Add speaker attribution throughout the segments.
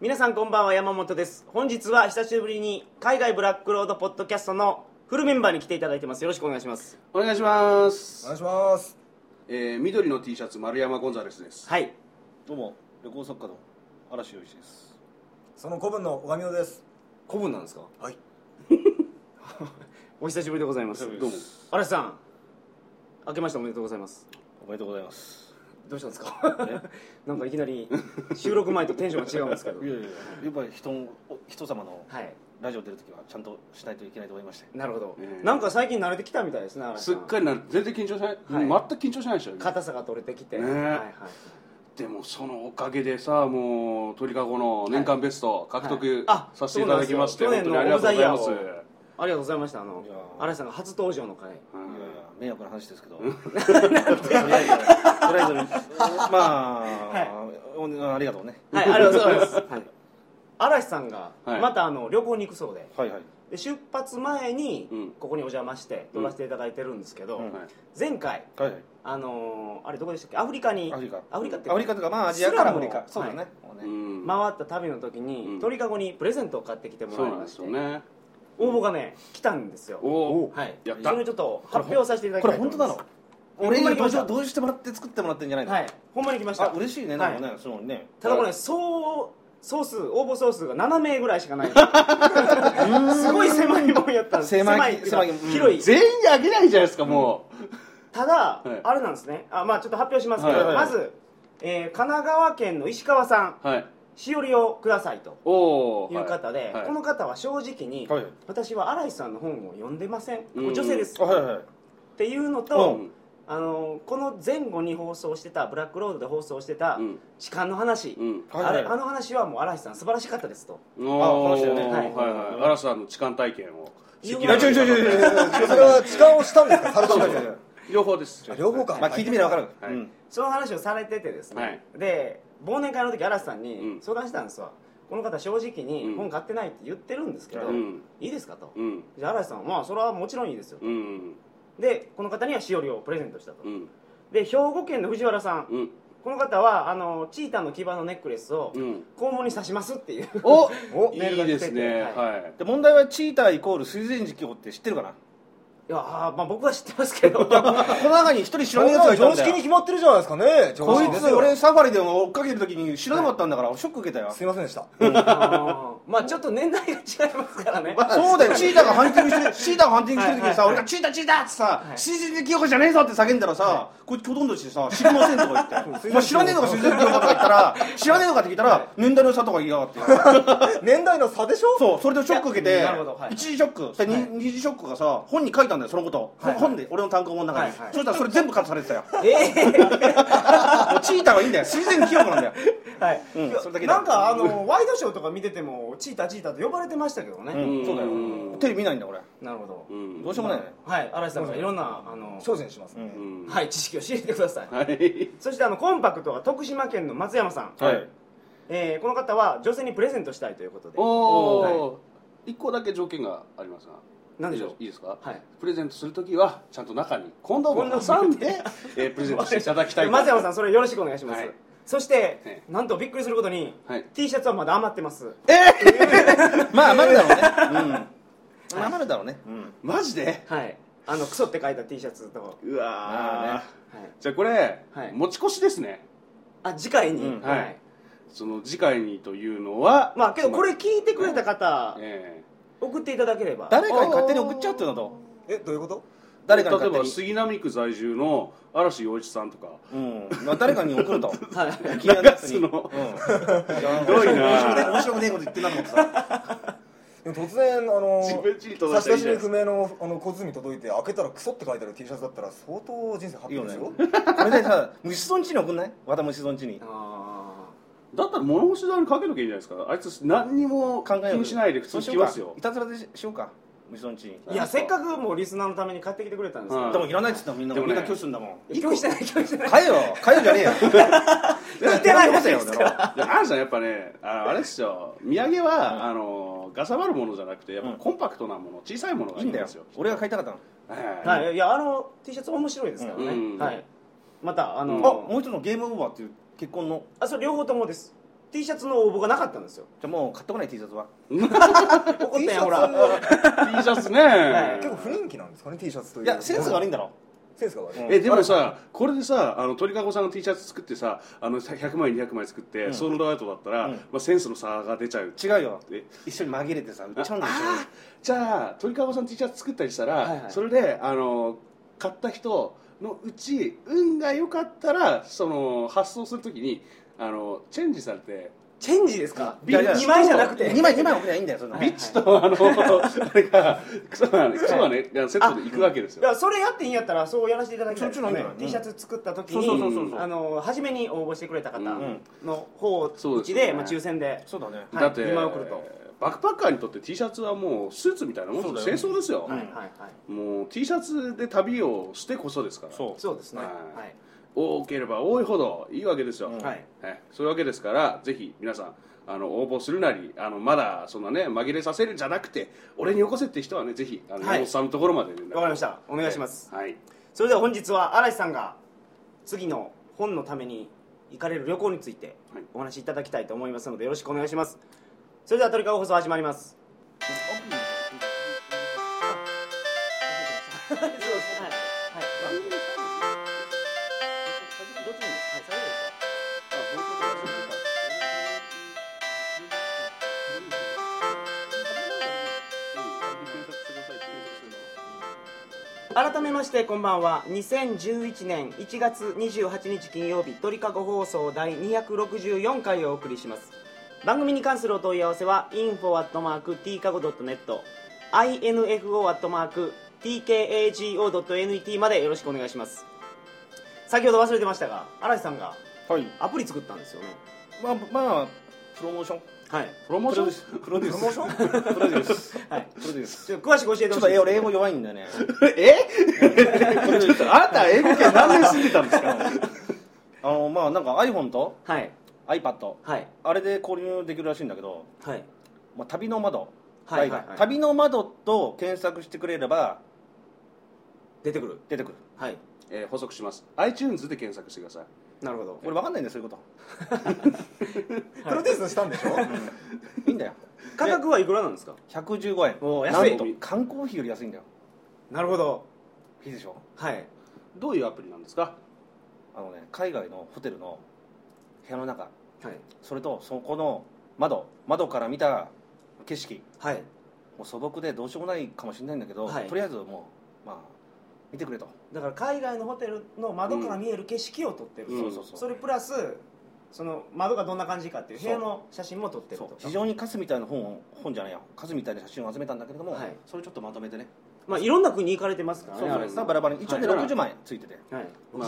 Speaker 1: 皆さんこんばんは山本です本日は久しぶりに海外ブラックロードポッドキャストのフルメンバーに来ていただいてますよろしくお願いします
Speaker 2: お願いします
Speaker 3: お願いします
Speaker 2: えー緑の T シャツ丸山ゴンザレスです
Speaker 1: はい
Speaker 4: どうも旅行作家の嵐洋一です
Speaker 3: その古文の小上尾です
Speaker 2: 古文なんですか
Speaker 3: はい
Speaker 1: お久しぶりでございます
Speaker 4: お久し
Speaker 1: ど
Speaker 4: ぶり
Speaker 1: うも
Speaker 4: です
Speaker 1: 嵐さん明けましておめでとうございます
Speaker 4: おめでとうございます
Speaker 1: どうしたんですかなんかいきなり収録前とテンションが違うんですけど
Speaker 4: いやいやいややっぱり人のお人様の
Speaker 1: はい
Speaker 4: ラジオ出るときはちゃんとしないといけないと思いまして
Speaker 1: なるほど、
Speaker 2: えー
Speaker 1: なんか最近慣れてきたみたいですね嵐さ
Speaker 2: す
Speaker 1: ん
Speaker 2: っかりな全然緊張しない、
Speaker 1: はい
Speaker 2: 全く緊張しないでしょ
Speaker 1: 硬さが取れてきて、
Speaker 2: ね
Speaker 1: はい
Speaker 2: え
Speaker 1: はい
Speaker 2: でもそのおかげでさもう鳥かごの年間ベスト獲得
Speaker 1: あ
Speaker 2: させていただきまして、
Speaker 1: そうなんです
Speaker 2: 本
Speaker 1: よ
Speaker 2: 当にありがとうございます
Speaker 1: 去年のオブザイヤーありがとうございましたあの
Speaker 4: いやー
Speaker 1: 嵐さんが初登場の回
Speaker 2: う
Speaker 4: い
Speaker 2: ん
Speaker 4: やいや迷惑な話ですけどとりあえずとりあえずまあ、おありがとうね
Speaker 1: はいありがとうございます、はい、嵐さんが
Speaker 2: はい
Speaker 1: またあの旅行に行くそうで
Speaker 4: はいはい
Speaker 1: で出発前に
Speaker 2: うん
Speaker 1: ここにお邪魔して撮らせていただいてるんですけど、
Speaker 4: うん
Speaker 2: はい
Speaker 1: 前回
Speaker 4: はいはい
Speaker 1: あのーあれどこでしたっけアフリカに
Speaker 4: アフリカ
Speaker 1: アフリカって
Speaker 4: アフリカとかまあアジアからアフリカ
Speaker 1: ス
Speaker 4: そう
Speaker 1: ラ
Speaker 4: だ
Speaker 1: ム
Speaker 4: ね、
Speaker 1: の
Speaker 4: もう
Speaker 2: う
Speaker 4: ね
Speaker 2: ん
Speaker 1: はい回った旅の時に、
Speaker 2: うん
Speaker 1: 鳥かごにプレゼントを買ってきても
Speaker 2: そ
Speaker 1: ら
Speaker 2: う
Speaker 1: い
Speaker 2: なん
Speaker 1: ま
Speaker 2: で
Speaker 1: し
Speaker 2: す
Speaker 1: て、
Speaker 2: よね
Speaker 1: 応募がね来たんですよ
Speaker 2: おお
Speaker 1: はい
Speaker 2: やった
Speaker 1: それちょっと発表させていただき
Speaker 4: こ
Speaker 1: た
Speaker 4: れ
Speaker 1: いと
Speaker 4: 本
Speaker 1: 思いま
Speaker 4: 当な
Speaker 1: す
Speaker 4: の俺に同
Speaker 1: ほんまに来ました
Speaker 4: 情同情してもらって作ってもらってんじゃないの、
Speaker 1: はいほんまに来ました
Speaker 4: あ嬉しいねなんかね、そのね
Speaker 1: ただこれね総総数応募総数が7名ぐらいしかないすごい狭いもんやったんです
Speaker 4: 狭い
Speaker 1: ってうか
Speaker 4: 狭いうん
Speaker 1: 広い
Speaker 2: 全員にあげないじゃないですかも
Speaker 1: ただ、
Speaker 2: はい
Speaker 1: あれなんですねあまあちょっと発表しますけど、
Speaker 2: はいはい
Speaker 1: まず、えー神奈川県の石川さん
Speaker 2: う、はい
Speaker 1: しおりをくださいと
Speaker 2: おお
Speaker 1: いう方で、
Speaker 2: はい
Speaker 1: この方は正直に、
Speaker 4: はい
Speaker 1: 私は新井さんの本を読んでません、
Speaker 2: うん
Speaker 1: 女性です
Speaker 4: あはいはい
Speaker 1: っていうのと、
Speaker 2: うん
Speaker 1: あのこの前後に放送してたブラックロードで放送してた
Speaker 2: うん
Speaker 1: 痴漢の話、
Speaker 2: うん
Speaker 4: はいはい
Speaker 1: あれあの話はもう荒井さん素晴らしかったですと
Speaker 2: お
Speaker 4: この
Speaker 2: お
Speaker 4: 人よ
Speaker 2: は
Speaker 4: ね
Speaker 2: い
Speaker 1: はい
Speaker 2: はい嵐さんの痴漢体験を
Speaker 1: いう
Speaker 4: いやちょいちょいちょいちょいちょい
Speaker 3: それは痴漢をしたんですかされたんですか
Speaker 2: 両方です
Speaker 3: あ両方か
Speaker 4: まあ聞いてみれば分か
Speaker 2: はい
Speaker 4: る、うん
Speaker 1: その話をされててですね、
Speaker 2: はい
Speaker 1: で忘年会の時嵐さん
Speaker 2: う
Speaker 1: に
Speaker 2: ん
Speaker 1: 相談したんですわ、この方正直
Speaker 2: う
Speaker 1: に
Speaker 2: ん
Speaker 1: 本買ってないって言ってるんですけど、
Speaker 2: うん
Speaker 1: いいですかと、
Speaker 2: うん
Speaker 1: じゃあ嵐さんはまあそれはもちろんいいですよ、
Speaker 2: うん
Speaker 1: でこの方にはしおりをプレゼントしたと、
Speaker 2: うん
Speaker 1: で兵庫県の藤原さん、
Speaker 2: うん
Speaker 1: この方はあのチーターの牙のネックレスを
Speaker 2: うん
Speaker 1: 肛門に刺しますっていう
Speaker 2: お
Speaker 3: お
Speaker 2: い
Speaker 1: メールが来て
Speaker 2: い
Speaker 1: て
Speaker 2: です
Speaker 1: は
Speaker 2: ね
Speaker 1: い
Speaker 2: は
Speaker 4: で問題はチーターイコール水前寺教って知ってるかな
Speaker 1: いやーまあ僕は知ってますけど
Speaker 4: この中に一人知
Speaker 3: そ
Speaker 4: らない
Speaker 3: れ
Speaker 4: やつが
Speaker 3: はい
Speaker 4: た
Speaker 3: 常
Speaker 4: んだ
Speaker 3: 識に
Speaker 4: よ
Speaker 3: 決まってるじゃないですかね常
Speaker 4: こい
Speaker 3: 識で
Speaker 4: つ
Speaker 3: すよ
Speaker 4: 俺サファリでも追っかけてる時に知らなかったんだからショック受けたよ
Speaker 3: すいませんでした
Speaker 1: あーまあちょっと年代が違いますからね、
Speaker 4: そうだよチーターがハンティングしてるチーターがハンティングしてる時にさ
Speaker 1: はい
Speaker 4: 俺がチーターチーターってさ
Speaker 1: はい
Speaker 4: 水前寺教じゃねえぞって叫んだらさこいつきょとんとしてさ知りませんとか言ってお前知らねえのか水前寺教かとか言ったら知らねえのかって聞いたら年代の差とか言いやがって
Speaker 3: 年代の差でしょ
Speaker 4: そうそれでショック受け
Speaker 1: い
Speaker 4: て
Speaker 1: やなるほどはい
Speaker 4: 一次ショックそして
Speaker 1: はい
Speaker 4: 二二次ショックがさ本に書いたんだよそのことを
Speaker 1: はい
Speaker 4: 本で俺の単行本の中に
Speaker 1: はいはい
Speaker 4: そしたらそれ全部カットされてたよ
Speaker 1: えー
Speaker 4: もうチーターはいいんだよ水前清子なんだよ
Speaker 1: はい、
Speaker 4: うん
Speaker 1: いや
Speaker 4: それだけだ
Speaker 1: なんかあのワイドショーとか見ててもチーターチーターと呼ばれてましたけどね、
Speaker 4: うん
Speaker 2: うん
Speaker 4: そうだよ
Speaker 2: うん
Speaker 4: テレビ見ないんだ俺
Speaker 1: なるほど、
Speaker 2: いうん
Speaker 4: どうしようもないね
Speaker 1: はい嵐さんからいろんなあの、
Speaker 3: 精進しますね
Speaker 4: うん
Speaker 2: うん
Speaker 1: はい知識を知れてください、
Speaker 2: はい
Speaker 1: そしてあのコンパクトは徳島県の松山さん、
Speaker 4: はい
Speaker 1: えーこの方は女性にプレゼントしたいということで
Speaker 2: お
Speaker 1: は
Speaker 2: お一個だけ条件がありますが
Speaker 1: 何でしょう
Speaker 2: いいですか
Speaker 1: はい
Speaker 2: プレゼントするときはちゃんと中にコンドームを挟んでえープレゼントしていただきたい
Speaker 1: 松山さんそれよろしくお願いします、
Speaker 2: はい
Speaker 1: そして、
Speaker 2: ね
Speaker 1: なんとびっくりすることに、
Speaker 2: はい
Speaker 1: T シャツはまだ余ってます
Speaker 4: まあ余るだろうねうんまあ余るだろうね
Speaker 2: マジで
Speaker 1: はいあのクソって書いた T シャツと、は
Speaker 2: うわー
Speaker 1: い、
Speaker 2: じゃあこれ
Speaker 1: はい
Speaker 2: 持ち越しですね
Speaker 1: あ次回に、
Speaker 4: うん
Speaker 2: はいその次回にというのは
Speaker 1: まあけどこれ聞いてくれた方、
Speaker 2: え
Speaker 1: 送っていただければ
Speaker 4: 誰かに勝手に送っちゃうっていうのと
Speaker 3: えどういうこと
Speaker 4: 誰
Speaker 2: え
Speaker 4: か
Speaker 2: 例
Speaker 4: に
Speaker 2: え
Speaker 4: 勝手
Speaker 2: ば
Speaker 4: に
Speaker 2: 杉並区在住の嵐洋一さんとか
Speaker 4: うんまあ誰かに送る と
Speaker 1: はい
Speaker 4: 気になるやつに
Speaker 2: す
Speaker 4: うん
Speaker 2: ごいな
Speaker 4: い面白くね面白くねえこと言ってんなと思ってさ
Speaker 3: でも突然あの
Speaker 2: 自分ちに届
Speaker 3: 差
Speaker 2: い
Speaker 3: した
Speaker 2: らい
Speaker 3: 出
Speaker 2: い
Speaker 3: し
Speaker 2: じゃない
Speaker 3: に
Speaker 2: です
Speaker 3: 不
Speaker 2: か
Speaker 3: 明のあの小包届いて開けたらクソって書いてある T シャツだったら相当人生ハッ
Speaker 4: いい
Speaker 3: ピー
Speaker 4: よ
Speaker 3: で
Speaker 4: ね
Speaker 3: すよ
Speaker 4: これでさ虫そんちに送んない和田虫そんちに
Speaker 1: あ
Speaker 2: だったら物干し竿にかけとけばいいんじゃないですかあいつ何にも気
Speaker 4: 考えよう
Speaker 2: にしないで普通
Speaker 4: そう
Speaker 2: に
Speaker 4: し
Speaker 2: 来
Speaker 4: よう
Speaker 2: ま
Speaker 4: か
Speaker 2: すよ
Speaker 4: いたずらでししようか虫そんちに
Speaker 1: ーいやせっかくもうリスナーのために買ってきてくれたんですけど、
Speaker 2: うん
Speaker 4: でもいらないっつったのみんな
Speaker 2: でもね
Speaker 4: みんな拒否するんだもん
Speaker 1: いや拒否してない拒否してない
Speaker 4: 買えよ買えよじゃね えよ
Speaker 1: 言ってない話で
Speaker 4: よ
Speaker 1: すから
Speaker 2: いやあるさんやっぱねあ のあれっすよ土産は、あのガサばるものじゃなくてやっぱ
Speaker 4: うん
Speaker 2: コンパクトなもの小さいものがい
Speaker 4: いい
Speaker 2: いん
Speaker 4: んだ
Speaker 2: で
Speaker 4: よ
Speaker 2: すよ、
Speaker 4: 俺が買いたかったの
Speaker 2: はい
Speaker 1: はい、いやあの T シャツ面白いですからね、
Speaker 2: うん
Speaker 1: はい、またあの
Speaker 4: あもう一つのゲームオーバーっていう結婚の
Speaker 1: あそれ両方ともです T シャツの応募がなかったんですよ
Speaker 4: じゃあもう買ってこない T シャツは
Speaker 1: 怒ったん
Speaker 3: T シ
Speaker 1: や
Speaker 3: ャ
Speaker 1: ほ
Speaker 3: ツ
Speaker 1: ら
Speaker 3: は
Speaker 2: シャツ
Speaker 1: は
Speaker 2: ね
Speaker 3: 結構不人気なんですかね T シャツという
Speaker 4: い
Speaker 3: い
Speaker 4: やセンスが悪いんだろ
Speaker 3: センスが悪い、
Speaker 2: えでもさこれでさあの鳥かごさんの T シャツ作ってさあのさ100枚200枚作って、ソールドアウトだったら、
Speaker 4: うん
Speaker 2: まあ、センスの差が出ちゃう
Speaker 4: 違うよ
Speaker 2: え
Speaker 4: 一緒に紛れてさ売っちゃうんだよ
Speaker 2: あじゃあ鳥かごさんの T シャツ作ったりしたら、
Speaker 1: はいはい
Speaker 2: それであの買った人のうち運が良かったらその発送するときにあのチェンジされて
Speaker 1: チェンジですか
Speaker 4: いやいや
Speaker 1: 2枚じゃなくて
Speaker 4: 2枚2枚送りゃいいんだよそんなの
Speaker 2: ビッチとあの、あれがクソがねクソがねセットで行くわけです
Speaker 1: だか
Speaker 2: よ
Speaker 1: らそれやっていいんやったらそうやらせていただきたい
Speaker 4: そっちの方がいいんじゃない
Speaker 1: T シャツ作った時
Speaker 4: そうそうそうそう
Speaker 1: に
Speaker 4: そう
Speaker 1: あの初めに応募してくれた方
Speaker 2: うん
Speaker 1: の方を
Speaker 2: そう
Speaker 1: う
Speaker 2: です
Speaker 1: ち
Speaker 2: よね
Speaker 1: でまあ抽選で
Speaker 4: そうだね
Speaker 1: はい
Speaker 2: だって、
Speaker 1: 今送ると
Speaker 2: バックパッカーにとって T シャツはもうスーツみたいなもん
Speaker 4: そうだよ
Speaker 2: 戦争ですよ、
Speaker 1: はいはいはい
Speaker 2: もう T シャツで旅をしてこそですから
Speaker 4: そう
Speaker 1: そうですね
Speaker 2: は
Speaker 1: はいい
Speaker 2: 多ければ多いほどいいわけですよ、
Speaker 4: うん
Speaker 1: はい
Speaker 2: ねそういうわけですからぜひ皆さんあの応募するなりあのまだそんなね紛れさせるんじゃなくて俺によこせって人はねぜひあの、
Speaker 1: はい
Speaker 2: 山本さんのところまで連絡
Speaker 1: わかりましたお願いします
Speaker 2: はい
Speaker 1: それでは本日は嵐さんが次の本のために行かれる旅行について
Speaker 2: はい
Speaker 1: お話しいただきたいと思いますのでよろしくお願いしますそれでは鳥かご放送始まります改めましてこんばんは2011年1月28日金曜日鳥かご放送第264回をお送りします番組に関するお問い合わせは info.tkago.net info.tkago.net までよろしくお願いします先ほど忘れてましたが嵐さんが
Speaker 4: はい
Speaker 1: アプリ作ったんですよね
Speaker 4: まあまあプロモーション
Speaker 1: はい
Speaker 2: プロモーション
Speaker 4: プロデュースプロモー ションプロデュース
Speaker 1: はい
Speaker 4: プロデュース
Speaker 1: ちょっと詳しく教えて
Speaker 4: ちょ
Speaker 1: ほしい
Speaker 4: っと
Speaker 1: で
Speaker 4: え
Speaker 1: す
Speaker 4: 俺英語弱いんだよね
Speaker 2: ちょっとあなた英語圏何年住んでたんですか
Speaker 4: あのまあなんか iPhone と
Speaker 1: はい
Speaker 4: iPad
Speaker 1: はい
Speaker 4: あれで購入できるらしいんだけど、
Speaker 1: はい
Speaker 4: まあ、旅の窓、
Speaker 1: はいはいはい
Speaker 4: 旅の窓と検索してくれれば
Speaker 1: 出てくる
Speaker 4: 出てくる
Speaker 1: はい
Speaker 2: えー補足します iTunes で検索してください
Speaker 1: なるほど
Speaker 4: 俺分かんないんだよそういうこ
Speaker 3: プロデュースしたんでしょ、
Speaker 4: といいんだよ
Speaker 1: 価格はいくらなんですか
Speaker 4: 115円
Speaker 1: おー安い
Speaker 4: なんと缶コーヒーより安いんだよ
Speaker 1: なるほど
Speaker 4: いいでしょ
Speaker 1: はい
Speaker 2: どういうアプリなんですか
Speaker 4: あのね海外のホテルの部屋の中
Speaker 1: はい
Speaker 4: それとそこの窓窓から見た景色
Speaker 1: はい
Speaker 4: もう素朴でどうしようもないかもしれないんだけど、
Speaker 1: はい
Speaker 4: とりあえずもうまあ見てくれと
Speaker 1: だから海外のホテルの窓から見える景色を撮ってる、
Speaker 2: うん
Speaker 4: そうそうそう
Speaker 1: それプラスその窓がどんな感じかっていう
Speaker 4: そ
Speaker 1: 部
Speaker 4: う
Speaker 1: 屋の写真も撮ってる
Speaker 4: そ
Speaker 1: と
Speaker 4: う非常にカスみたいな本を本じゃないやカスみたいな写真を集めたんだけれども、
Speaker 1: はい
Speaker 4: それちょっとまとめてね
Speaker 1: まあいろんな国行かれてますから
Speaker 4: そ
Speaker 1: ね
Speaker 4: う
Speaker 1: あ
Speaker 4: そう
Speaker 1: れ
Speaker 4: ですバラバラに一応で
Speaker 2: はい
Speaker 4: 60万円ついてて、
Speaker 1: はい
Speaker 2: ま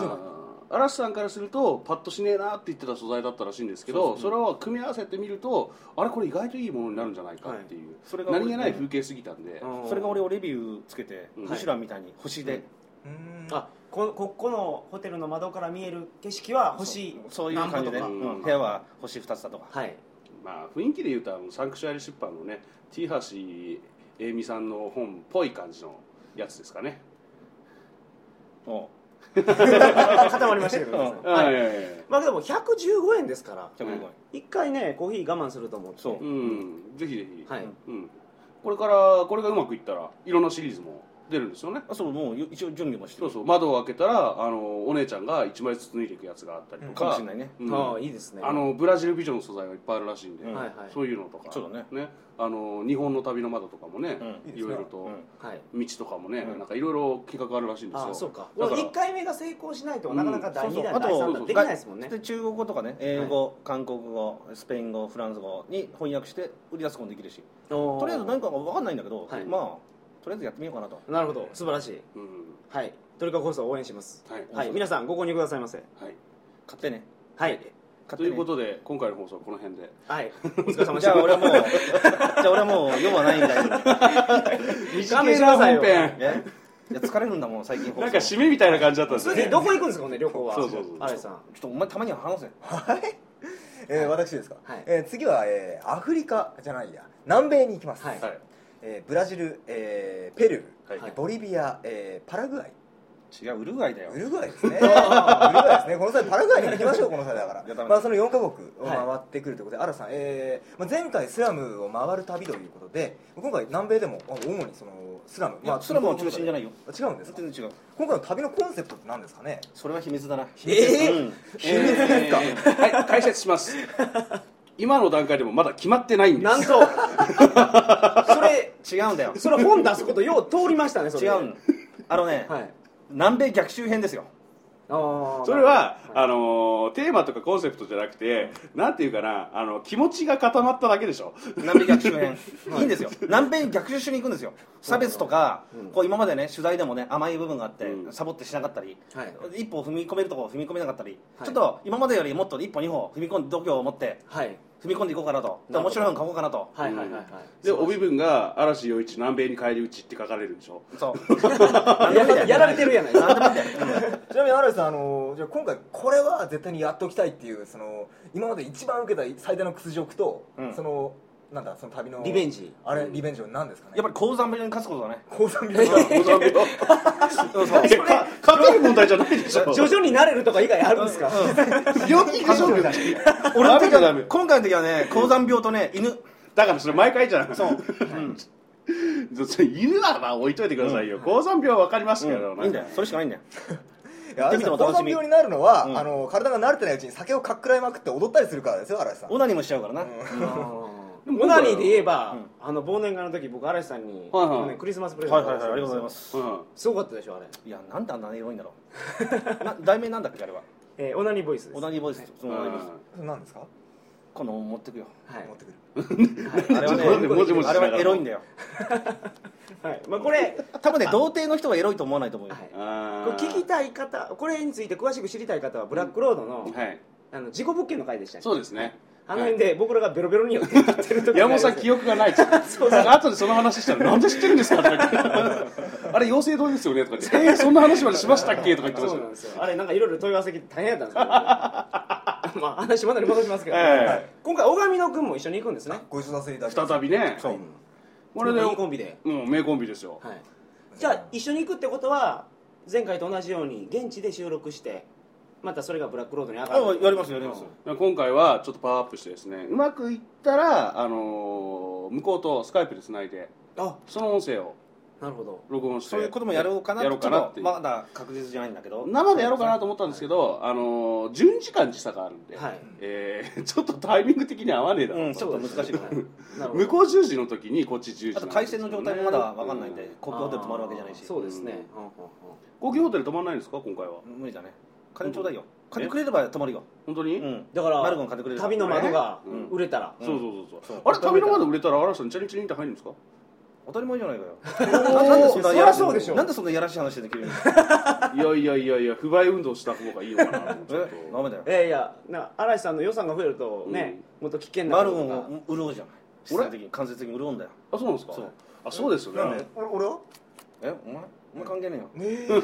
Speaker 2: あ、嵐さんからするとパッとしねえなって言ってた素材だったらしいんですけどそれを組み合わせてみるとあれこれ意外といいものになるんじゃないかっていう、
Speaker 4: それが
Speaker 2: 何気ない風景すぎたんで、
Speaker 1: うん
Speaker 4: それが俺をレビューつけて、
Speaker 2: うん
Speaker 4: ミシュランみたいに星で、
Speaker 3: うん
Speaker 1: あこここのホテルの窓から見える景色は星
Speaker 4: そういう感じで、
Speaker 1: なんぼとか
Speaker 4: うん部屋は星2つだとか、
Speaker 1: はい
Speaker 2: まあ、雰囲気で言うとあのサンクシュアリ出版のね T 橋英美さんの本っぽい感じのやつですかね、
Speaker 4: も
Speaker 1: あ固まりましたけど、
Speaker 4: うん
Speaker 1: はい
Speaker 2: いやいやいや
Speaker 1: まあでも115円ですから
Speaker 4: う105円、
Speaker 1: 一回ねコーヒー我慢すると思って
Speaker 4: そううん
Speaker 2: ぜひぜひ、
Speaker 1: はい
Speaker 2: うん、これからこれがうまくいったらいろんなシリーズも出るんですよね
Speaker 4: あそうもうよ一応準備もして
Speaker 2: そ
Speaker 4: る
Speaker 2: うそう窓を開けたらあのお姉ちゃんが1枚ずつ脱いでいくやつがあったりとか、
Speaker 4: かもしれないね
Speaker 2: うん
Speaker 1: ああいいですね
Speaker 2: あのブラジルビジョンの素材がいっぱいあるらしいんで、
Speaker 4: うん
Speaker 1: はいはい
Speaker 2: そういうのとか
Speaker 4: そうだね
Speaker 2: あの日本の旅の窓とかもね、
Speaker 4: うん
Speaker 2: いろいろと、
Speaker 4: うん
Speaker 1: はい
Speaker 2: 道とかもね、
Speaker 4: うん
Speaker 2: なんかいろいろ計画あるらしいんですよ
Speaker 1: あそうか
Speaker 2: だから
Speaker 1: 1回目が成功しないとなかなか第
Speaker 4: そうそ
Speaker 1: 2
Speaker 4: う
Speaker 1: 弾、
Speaker 4: あ
Speaker 1: 第3
Speaker 4: と
Speaker 1: 弾できないですもんね
Speaker 4: で中国語とかね英語、韓国語スペイン語フランス語に翻訳して売り出すこともできるしと
Speaker 1: と
Speaker 4: りあえず何かが分かんないんだけど、
Speaker 1: はい
Speaker 4: まあとりあえずやってみようかなと
Speaker 1: なるほど素晴らしい
Speaker 2: うん
Speaker 1: はい鳥かご放送応援します
Speaker 2: はい
Speaker 1: はい皆さんご購入くださいませ
Speaker 2: はい
Speaker 4: 買ってね
Speaker 1: はい
Speaker 4: 買っ
Speaker 2: と
Speaker 4: てね
Speaker 2: いうことで今回の放送はこの辺で
Speaker 1: はいお疲れ様でし
Speaker 4: じゃ
Speaker 1: た
Speaker 4: あ俺はもう じゃあ俺はもう用はないんだけど
Speaker 1: 勘弁してくださいよ
Speaker 2: 短いな本編
Speaker 4: えいや疲れるんだもん最近放送
Speaker 2: なんか締めみたいな感じだったんですよ
Speaker 1: 次
Speaker 2: ね
Speaker 1: どこ行くんですかね旅行は
Speaker 2: そうそうそう
Speaker 1: 新井さん
Speaker 4: ちょっとお前たまには話せ
Speaker 3: えー私ですか、
Speaker 1: はい
Speaker 3: えー次は、えーアフリカじゃないや南米に行きます、
Speaker 1: はい
Speaker 2: はい
Speaker 3: えーブラジル、えーペルー、
Speaker 2: はい
Speaker 3: ボリビア、えーパラグアイ
Speaker 4: 違うウルグアイだよ
Speaker 3: ウルグアイですね。ウルグアイですね。この際パラグアイに行きましょうこの際だか
Speaker 4: い
Speaker 3: ら。
Speaker 4: やダメだ
Speaker 3: まあその4カ国を回ってくるということで、アラさん、えーまあ前回スラムを回る旅ということで、今回南米でもあ主にそのスラム、
Speaker 4: いやスラムは中心じゃないよ
Speaker 3: あ違うんですか。
Speaker 4: 全然違う
Speaker 3: 今回の旅のコンセプトって何ですかね。
Speaker 4: それは秘密だな
Speaker 3: ええ
Speaker 4: うん
Speaker 2: 秘密ですか、はい解説します今の段階でもまだ決まってないんです
Speaker 1: なんとそれ
Speaker 4: 違うんだよ
Speaker 1: それ本出すことよう通りましたねそ
Speaker 4: 違
Speaker 1: れ
Speaker 4: うのあのね、
Speaker 1: はい
Speaker 4: 南米逆襲編ですよ
Speaker 1: ああ
Speaker 2: それは、あのーテーマとかコンセプトじゃなくて、なんていうかなあの気持ちが固まっただけでしょ
Speaker 4: 南米 逆襲編いいんですよ南米に逆襲しに行くんですよ差別とか、こう今までね取材でもね甘い部分があって、
Speaker 2: うん
Speaker 4: サボってしなかったり、
Speaker 1: はい
Speaker 4: 一歩踏み込めるとこ踏み込めなかったり、
Speaker 1: はい
Speaker 4: ちょっと今までよりもっと一歩二歩踏み込んで度胸を持って
Speaker 1: はい
Speaker 4: 踏み込んでいこうかなとで
Speaker 1: なるほど
Speaker 4: 面白い本書こうかなと、
Speaker 1: はいはいはいはい
Speaker 2: で帯文が「嵐陽一南米に帰り討ち」って書かれるでしょ
Speaker 4: そう
Speaker 1: やらやられてるやないですか
Speaker 3: ちなみにアラさんあのじゃあ今回これは絶対にやっときたいっていうその今まで一番受けた最大の屈辱と、
Speaker 4: うん
Speaker 3: そのなんだその旅の
Speaker 1: リベンジ
Speaker 3: あれリベンジは何ですかね。
Speaker 4: やっぱり高山病に勝つことだね
Speaker 3: 高山病だ。
Speaker 4: そうそう
Speaker 2: いやか勝てる問題じゃないでしょ
Speaker 1: 徐々に慣れるとか以外あるんですか
Speaker 2: 病気でしょ俺
Speaker 4: 俺の
Speaker 2: ダメ
Speaker 4: 時
Speaker 2: だ
Speaker 4: は
Speaker 2: ダメ
Speaker 4: 今回の時はね高山病とね犬
Speaker 2: だからそれ毎回じゃん
Speaker 4: そう、
Speaker 2: それ犬はまあ置いといてくださいよ高山病は分かりますけど、
Speaker 4: うんいいんだよそれしかないんだよ
Speaker 3: いや
Speaker 4: 行ってみても楽し
Speaker 3: 高山
Speaker 4: み
Speaker 3: 病になるのは、
Speaker 4: うん
Speaker 3: あの体が慣れてないうちに酒をかっくらいまくって踊ったりするからですよ嵐さん
Speaker 4: オナニーもしちゃうからな、
Speaker 1: でもオナニーで言えばあの忘年会の時僕嵐さんに
Speaker 2: はいはい
Speaker 1: 去年クリスマスプレゼ
Speaker 4: は
Speaker 1: ン
Speaker 4: い
Speaker 1: ト
Speaker 4: はいはいありがとうございます
Speaker 2: うん
Speaker 1: すごかったでしょあれ
Speaker 4: いやなんであんなエロいんだろうな題名なんだっけあれは
Speaker 1: えーオナニーボイスです
Speaker 4: オナニーボイスそのオナニーボイス
Speaker 3: それ何ですか
Speaker 4: 今度持ってくよ
Speaker 1: はい
Speaker 3: 持ってくる
Speaker 4: あれは
Speaker 2: ちょっと待ってもじもじ
Speaker 4: ね
Speaker 2: しな
Speaker 4: あれ
Speaker 2: がら
Speaker 4: はエロいんだよ
Speaker 1: はいまあこれ
Speaker 4: 多分ね童貞の人はエロいと思わないと思うよ
Speaker 1: はい
Speaker 2: あ
Speaker 1: これ聞
Speaker 2: ー
Speaker 1: きたい方これについて詳しく知りたい方はブラックロードの,、
Speaker 2: はい
Speaker 1: あの事故物件の回でしたね
Speaker 2: そうですね
Speaker 1: あの辺で僕らがベロベロに寄って言ってる時
Speaker 2: 山本さん記
Speaker 1: 憶
Speaker 2: 憶がないっつってなんか後でその話したら「なんで知ってるんですか?」とか言って「あれ養成どうですよね」とか言って「えー、そんな話までしましたっけ?」とか言ってまし
Speaker 1: そ
Speaker 2: た
Speaker 1: うな
Speaker 2: よ
Speaker 1: んですよあれなんかいろいろ問い合わせ来て大変や ったんですけどまあ話まだに戻しますけど、
Speaker 2: ええ
Speaker 1: はい今回小上野君も一緒に行くんですね
Speaker 3: ご一緒させていただきます
Speaker 2: 再びね
Speaker 3: そう
Speaker 2: これで
Speaker 1: いいコンビで、
Speaker 2: うん名コンビですよ
Speaker 1: はい、じゃあ一緒に行くってことは前回と同じように現地で収録してまたそれがブラックロードに上が
Speaker 4: あ
Speaker 1: る
Speaker 4: やりますやります
Speaker 2: 今回はちょっとパワーアップしてですねうまくいったら、あのー向こうとスカイプでつないで
Speaker 1: あ
Speaker 2: その音声を
Speaker 1: なるほど
Speaker 2: 録音して
Speaker 4: そういうこともやろうかな
Speaker 2: やろうかなっ
Speaker 4: ち
Speaker 2: て
Speaker 4: ょ
Speaker 2: い
Speaker 4: っ
Speaker 2: う
Speaker 4: とまだ確実じゃないんだけど
Speaker 2: 生でやろうかなと思ったんですけど、あのー12時間時差があるんで、
Speaker 1: はい
Speaker 2: えー ちょっとタイミング的に合わねえだろ、
Speaker 4: うんちょっと難しいか
Speaker 1: そうですねはいなるほど
Speaker 2: 向こう10時の時にこっち10時なん
Speaker 4: あ
Speaker 2: です
Speaker 4: と
Speaker 2: よね
Speaker 4: 回線の状態もまだわかんないんで
Speaker 2: う
Speaker 4: 公共ホテル泊まるわけじゃないし
Speaker 1: あーそうですね、うんうんうん
Speaker 2: 高級ホテル泊まんないんですか今回は
Speaker 4: 無理だね金ちょうだいよ金くれれば泊まるよ
Speaker 2: 本当に、
Speaker 4: うん
Speaker 1: だから
Speaker 4: マルゴン金くれる
Speaker 1: 旅の窓が
Speaker 2: うん
Speaker 1: 売れたら、
Speaker 2: そうそうそうそう、
Speaker 4: うん
Speaker 2: あれ旅の窓売れたら嵐さんチャリンチャリンって入るんですか
Speaker 4: 当たり前じゃないかよ
Speaker 3: ー
Speaker 4: なんでそんなやらし
Speaker 3: そりゃそうでしょ
Speaker 4: いなんでそんなやらしい話できるの
Speaker 2: いやいやいやいや不買運動した方がいいのかなちょっ
Speaker 4: え
Speaker 2: と
Speaker 4: ダメだよ
Speaker 1: いやいやな嵐さんの予算が増えるとね、もっと危険な
Speaker 4: マ
Speaker 1: こ
Speaker 4: ル
Speaker 1: と
Speaker 4: ゴ
Speaker 1: と
Speaker 4: ン
Speaker 1: か
Speaker 4: を潤うじゃない実際的に間接的に潤うんだよ
Speaker 2: あそうなんですか
Speaker 4: そう
Speaker 2: あそうですよ
Speaker 3: なん
Speaker 2: ね
Speaker 3: で俺俺は
Speaker 4: えお前お前関係ねえよ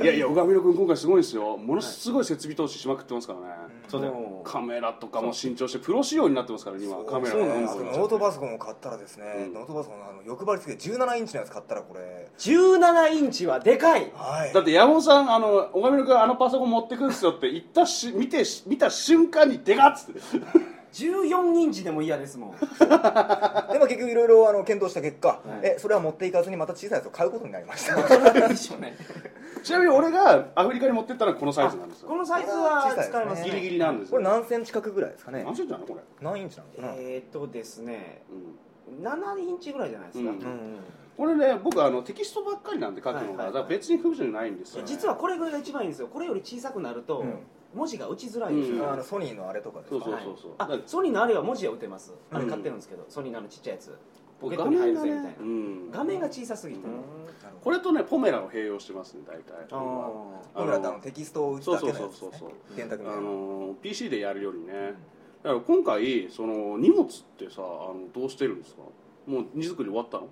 Speaker 2: いやいや小上野君今回すごいですよものすごい設備投資しまくってますからね、
Speaker 4: そうだよ
Speaker 1: もう
Speaker 2: カメラとかも新調してプロ仕様になってますから今カメラ
Speaker 3: そう
Speaker 2: の
Speaker 3: なんです
Speaker 2: 本
Speaker 3: よ
Speaker 2: 部
Speaker 3: ノ
Speaker 2: が
Speaker 3: ートパソコンを買ったらですね、
Speaker 2: うん
Speaker 3: ノートパソコンのあの欲張りつけて17インチのやつ買ったらこれ
Speaker 1: 17インチはでかい
Speaker 3: はい
Speaker 2: だって山本さんあの小上野君あのパソコン持ってくんすよって言ったし見てし見た瞬間にでかっつって
Speaker 1: 14インチでも嫌です もん
Speaker 3: でも結局いろいろあの検討した結果、えそれは持っていかずにまた小さいやつを買うことになり ました
Speaker 1: でしょうね
Speaker 2: ちなみに俺がアフリカに持ってったのはこのサイズなんです
Speaker 1: こ
Speaker 2: よ
Speaker 1: のサイズは使えます、ね、
Speaker 2: ギリギリなんです
Speaker 3: こ
Speaker 2: よ
Speaker 3: れ何センチ角ぐらいですかね
Speaker 2: 何センチなのこれ、
Speaker 3: 何インチなのかな、
Speaker 1: えー、っとですね
Speaker 2: うん
Speaker 1: 7インチぐらいじゃないですか、
Speaker 2: うん
Speaker 3: うん
Speaker 2: これね僕あのテキストばっかりなんで書くのが、
Speaker 1: はいはいはい
Speaker 2: だから別に不自由ないんですよ、ね、
Speaker 1: 実はこれぐらいが一番いいんですよこれより小さくなると、
Speaker 3: うん
Speaker 1: 文字が打ちづらいんです
Speaker 3: う
Speaker 1: よ、
Speaker 3: ん、
Speaker 2: ん
Speaker 3: あのソニーのあれとかです
Speaker 2: そう
Speaker 3: か
Speaker 2: そうそうそう、
Speaker 1: あ
Speaker 2: だから
Speaker 1: ソニーのあれは文字は打てますあれ
Speaker 2: うん
Speaker 1: 買ってるんですけど、ソニーのあのちっちゃいやつポケッ
Speaker 2: 画
Speaker 1: トに入
Speaker 2: 面
Speaker 1: る
Speaker 2: が
Speaker 1: ぜみ
Speaker 2: ね
Speaker 1: たいな
Speaker 2: う
Speaker 1: 画面,、
Speaker 2: ん、
Speaker 1: が小さすぎて、
Speaker 3: なるほ
Speaker 2: これとねポメラを併用してますね大体
Speaker 1: あー
Speaker 3: ど僕らってあのテキストを打つ
Speaker 2: そう
Speaker 3: だ
Speaker 2: そ
Speaker 3: け
Speaker 2: う
Speaker 3: の
Speaker 2: そ
Speaker 3: や
Speaker 2: う
Speaker 3: つ
Speaker 2: そうそう
Speaker 3: 電卓
Speaker 2: あ
Speaker 3: のやつ
Speaker 2: のー PC でやるよりねだから今回その荷物ってさあのどうしてるんですかもう荷造り終わったの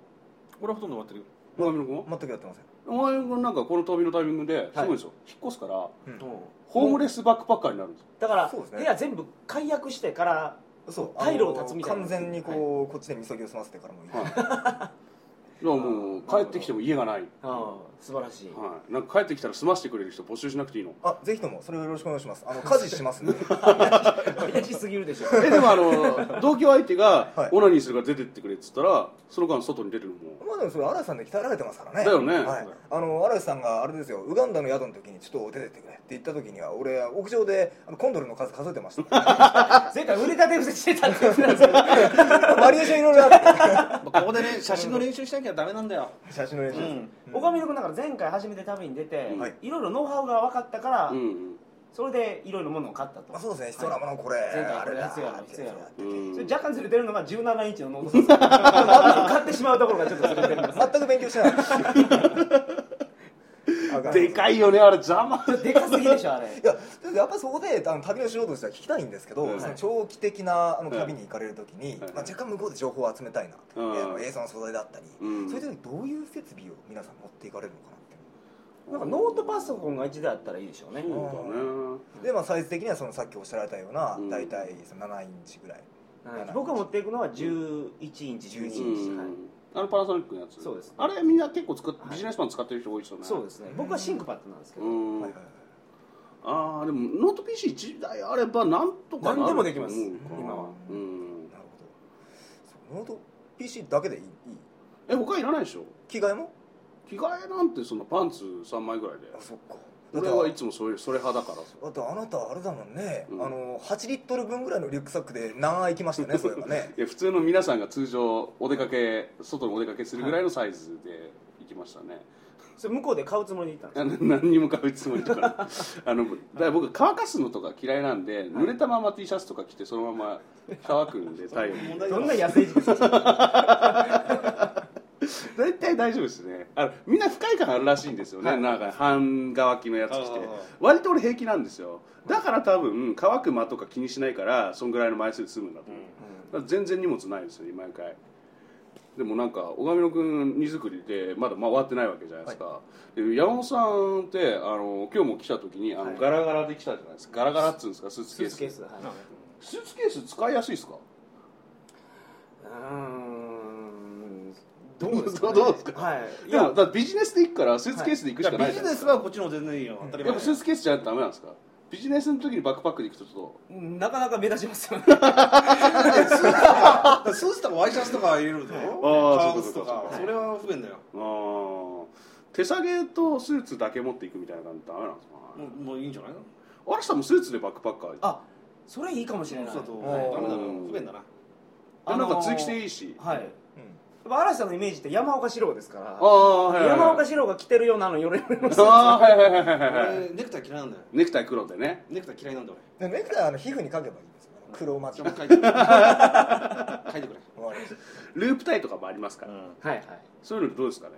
Speaker 4: 俺はほとんど終わってるよ
Speaker 2: 大上野君は
Speaker 3: 全くやってません
Speaker 2: 大上野君なんかこの旅のタイミングですごいですよ、引っ越すから
Speaker 1: うん
Speaker 2: ホームレスバックパッカーになるんですよ
Speaker 1: だから、
Speaker 3: そうですね
Speaker 1: 部屋全部解約してから
Speaker 3: そう
Speaker 1: 退路を断つみたいな
Speaker 3: あの完全にこう、こっちでみそぎを済ませてからもいい、
Speaker 2: はいだからもう帰ってきても家がない、
Speaker 1: ああ素晴らしい
Speaker 2: はい、なんか帰ってきたら済ましてくれる人募集しなく ていいの
Speaker 3: あぜひともそれをよろしくお願いしますあの家事しますんで
Speaker 1: 怪しすぎるでしょ
Speaker 2: えでもあの 同居相手
Speaker 3: はい
Speaker 2: がオナニーするから出てってくれっつったらその間外に出るのも
Speaker 3: まあでもそれ荒井さんで鍛えられてますからね
Speaker 2: だよね
Speaker 3: はい、あの荒井さんがあれですよウガンダの宿の時にちょっと出てってくれって言った時には俺屋上であのコンドルの数数えてました
Speaker 1: 前回腕立て伏せしてたって言ってたんですけど
Speaker 3: バリエーションいろいろあって
Speaker 4: ここでね写真の練習しなきゃダメなんだよ
Speaker 3: 写真の練習です、
Speaker 4: うん
Speaker 1: 岡見君だから前回初めて旅に出て、
Speaker 2: はい
Speaker 1: い、ろいろノウハウが分かったから、
Speaker 2: うん
Speaker 1: それでいろいろものを買ったと
Speaker 3: まあ、そうですね必要なものこれ、
Speaker 1: 前回
Speaker 3: あれだ
Speaker 1: 必要やろ必要やろ
Speaker 3: って
Speaker 2: う
Speaker 3: 言って
Speaker 2: ん
Speaker 1: そ
Speaker 2: うん
Speaker 1: れ若干ずれてるのが17インチのノートです 買ってしまうところがちょっとずれてるんです
Speaker 3: 全く勉強してないあかん
Speaker 2: でかいよねあれ邪魔
Speaker 1: ちょっとでかすぎでしょあれ
Speaker 3: いややっぱそこであの旅の素人としては聞きたいんですけど、
Speaker 2: うん
Speaker 3: その長期的なあの
Speaker 2: はい
Speaker 3: 旅に行かれるときに、
Speaker 2: はい
Speaker 3: まあ、若干向こうで情報を集めたいなと、
Speaker 2: うん
Speaker 3: あの映像の素材だったり、
Speaker 2: うん
Speaker 3: そういう時どういう設備を皆さん持っていかれるのかなって
Speaker 1: なんかノートパソコンが一台あったらいいでしょうね、
Speaker 2: そうだね
Speaker 3: で、まあ、サイズ的にはそのさっきおっしゃられたような、
Speaker 2: うん
Speaker 3: 大体その7インチぐらい
Speaker 1: はい僕が持っていくのは11インチ12インチ、
Speaker 2: うん
Speaker 1: はい、
Speaker 2: あのパナソニックのやつ
Speaker 1: そうです
Speaker 2: あれみんな結構使っ
Speaker 1: はい
Speaker 2: ビジネスマン使ってる人多いですよね
Speaker 1: そうですね僕はシンクパッドなんですけど、
Speaker 2: うん
Speaker 3: はいはいはい
Speaker 2: ああでもノート PC1 台あればなんとかなる
Speaker 1: 何でもできます
Speaker 2: うん
Speaker 1: 今は
Speaker 2: うん
Speaker 3: なるほどそうノート PC だけでいいいい
Speaker 2: え他いらないでしょ
Speaker 3: 着替えも
Speaker 2: 着替えなんてそのパンツ3枚ぐらいで
Speaker 3: あそっかだって
Speaker 2: 俺はいつもそれそれ派だからさ
Speaker 3: だってあなたあれだもんね、
Speaker 2: うん
Speaker 3: あの8リットル分ぐらいのリュックサックで何愛行きましたねそういえばね
Speaker 2: いや普通の皆さんが通常お出かけ外にお出かけするぐらいのサイズで行きましたね、
Speaker 1: それ向こうで買うつもりで行ったんです
Speaker 2: あの何にも買うつもりと かあのだから僕乾かすのとか嫌いなんで、濡れたまま T シャツとか着てそのまま乾くんで体温
Speaker 4: 問
Speaker 2: で
Speaker 4: 題
Speaker 1: どんな野生児ですか
Speaker 2: 大体大丈夫ですねあのみんな不快感あるらしいんですよね、なんか半乾きのやつ着て
Speaker 4: ああああ
Speaker 2: 割と俺平気なんですよだから多分乾く間とか気にしないからそんぐらいの枚数で済むんだと思う、だから全然荷物ないですよね毎回でもなんか小上野君荷造りでまだ回ってないわけじゃないですか、で山本さんってあの今日も来た時にあの、
Speaker 1: はい
Speaker 2: ガラガラで来たじゃないですかガラガラっつうんですかスーツ
Speaker 1: ス
Speaker 2: ケ
Speaker 1: ー
Speaker 2: ー
Speaker 1: ツ
Speaker 2: ス
Speaker 1: ケースはいう
Speaker 2: スーツケース使いやすいですか
Speaker 1: ーんどうですか、ね、
Speaker 2: どうですか
Speaker 1: はい
Speaker 2: い
Speaker 1: いや
Speaker 2: やだってビジネスで行くからスーツケースで行くしか
Speaker 4: だか
Speaker 2: ない
Speaker 4: らビ
Speaker 2: じゃな
Speaker 4: ジ
Speaker 2: い
Speaker 4: ネ
Speaker 2: です
Speaker 4: ス
Speaker 2: か
Speaker 4: はこっちの方が全然いいよ当たり
Speaker 2: やっ
Speaker 4: 前
Speaker 2: ぱスーツケースじゃダメなんですかビジネスの時にバックパックで行くとちょ
Speaker 1: なかなか目立ちますよね
Speaker 4: だからスーツとかワイシャツとか入れるぞ
Speaker 2: ああ
Speaker 4: 革靴
Speaker 2: そ
Speaker 4: と
Speaker 2: うかそうかそ
Speaker 4: か
Speaker 2: うか
Speaker 4: それは不便だよ
Speaker 2: っとああ手提げとスーツだけ持っていくみたいな感じダメなんですか
Speaker 4: もうもういいんじゃないの
Speaker 2: 嵐さんもスーツでバックパッカーで
Speaker 1: あそれいいかもしれない
Speaker 4: そうだと
Speaker 1: はい
Speaker 4: ダメだな不便だな
Speaker 2: なんか通気性いいし、
Speaker 1: はいやっ
Speaker 3: うん
Speaker 1: ぱ嵐さんのイメージって山岡四郎ですから
Speaker 2: ああはいはいはい
Speaker 1: 山岡四郎が着てるようなのよりも
Speaker 2: ああはいはいはいはいはい
Speaker 4: 俺ネクタイ嫌いなんだよ
Speaker 2: ネクタイ黒でね
Speaker 4: ネクタイ嫌いなんだよ
Speaker 3: でネクタイはあの皮膚にかけばいいんですよあの黒マ
Speaker 4: 俺ち
Speaker 3: チ
Speaker 4: ょ
Speaker 3: わ
Speaker 4: 書いてくれ
Speaker 3: かりまし
Speaker 4: 書いてくれ
Speaker 3: た
Speaker 2: ループタイとかもありますから、
Speaker 1: はいはい
Speaker 2: そういうのどうですかね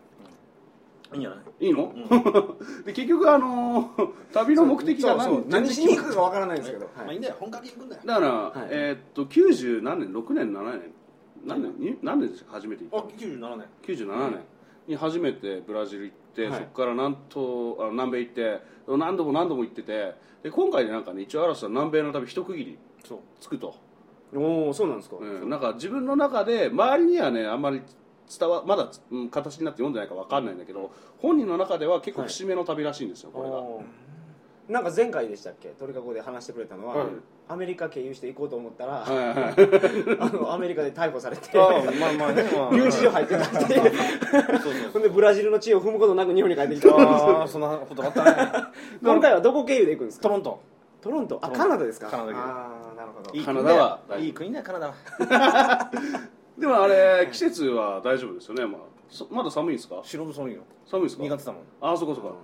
Speaker 4: いいんじゃない
Speaker 2: いいの、 で結局あのー旅の目的が何
Speaker 1: そうそう何しに行くかわからないんですけど
Speaker 4: まあ
Speaker 1: はい
Speaker 4: い
Speaker 1: い
Speaker 4: んだよ本格に行くんだよ
Speaker 2: だから、
Speaker 1: い
Speaker 2: えーっと90何年6年7年何年に何年でした初めて
Speaker 4: あ
Speaker 2: 行った
Speaker 4: 97年
Speaker 2: 97年に初めてブラジル行って、
Speaker 1: はい
Speaker 2: そこから南東あの南米行って何度も何度も行っててで今回でなんかね一応嵐さん南米の旅一区切り
Speaker 4: そう
Speaker 2: つくと、
Speaker 1: おおそうなんですか
Speaker 2: うん、なんか自分の中で周りにはねあんまり伝わまだ、うん形になって読んでないか分かんないんだけど本人の中では結構節目の旅らしいんですよ、これが。
Speaker 1: おーなんか前回でしたっけ鳥かごで話してくれたのは、
Speaker 2: はい
Speaker 1: アメリカ経由して行こうと思ったら、
Speaker 2: はいはいはい
Speaker 1: あのアメリカで逮捕されて
Speaker 4: まあまあねま
Speaker 1: 留置所入ってたっていう
Speaker 4: そうそう
Speaker 1: ほんでブラジルの地を踏むことなく日本に帰ってきた
Speaker 4: ああそんなことあったね
Speaker 1: 今回はどこ経由で行くんですか
Speaker 4: トロント
Speaker 1: トロントあ
Speaker 4: トロント
Speaker 1: カナダですか
Speaker 4: カナダ経由
Speaker 1: ああなるほど
Speaker 2: カナダはい
Speaker 4: い国だよカナダは
Speaker 2: でもあれ季節は大丈夫ですよね、まあ、そまだ寒いんですか
Speaker 4: 白ぶそんよ
Speaker 2: 寒いですか
Speaker 4: 2月だもん
Speaker 2: ああそこそこ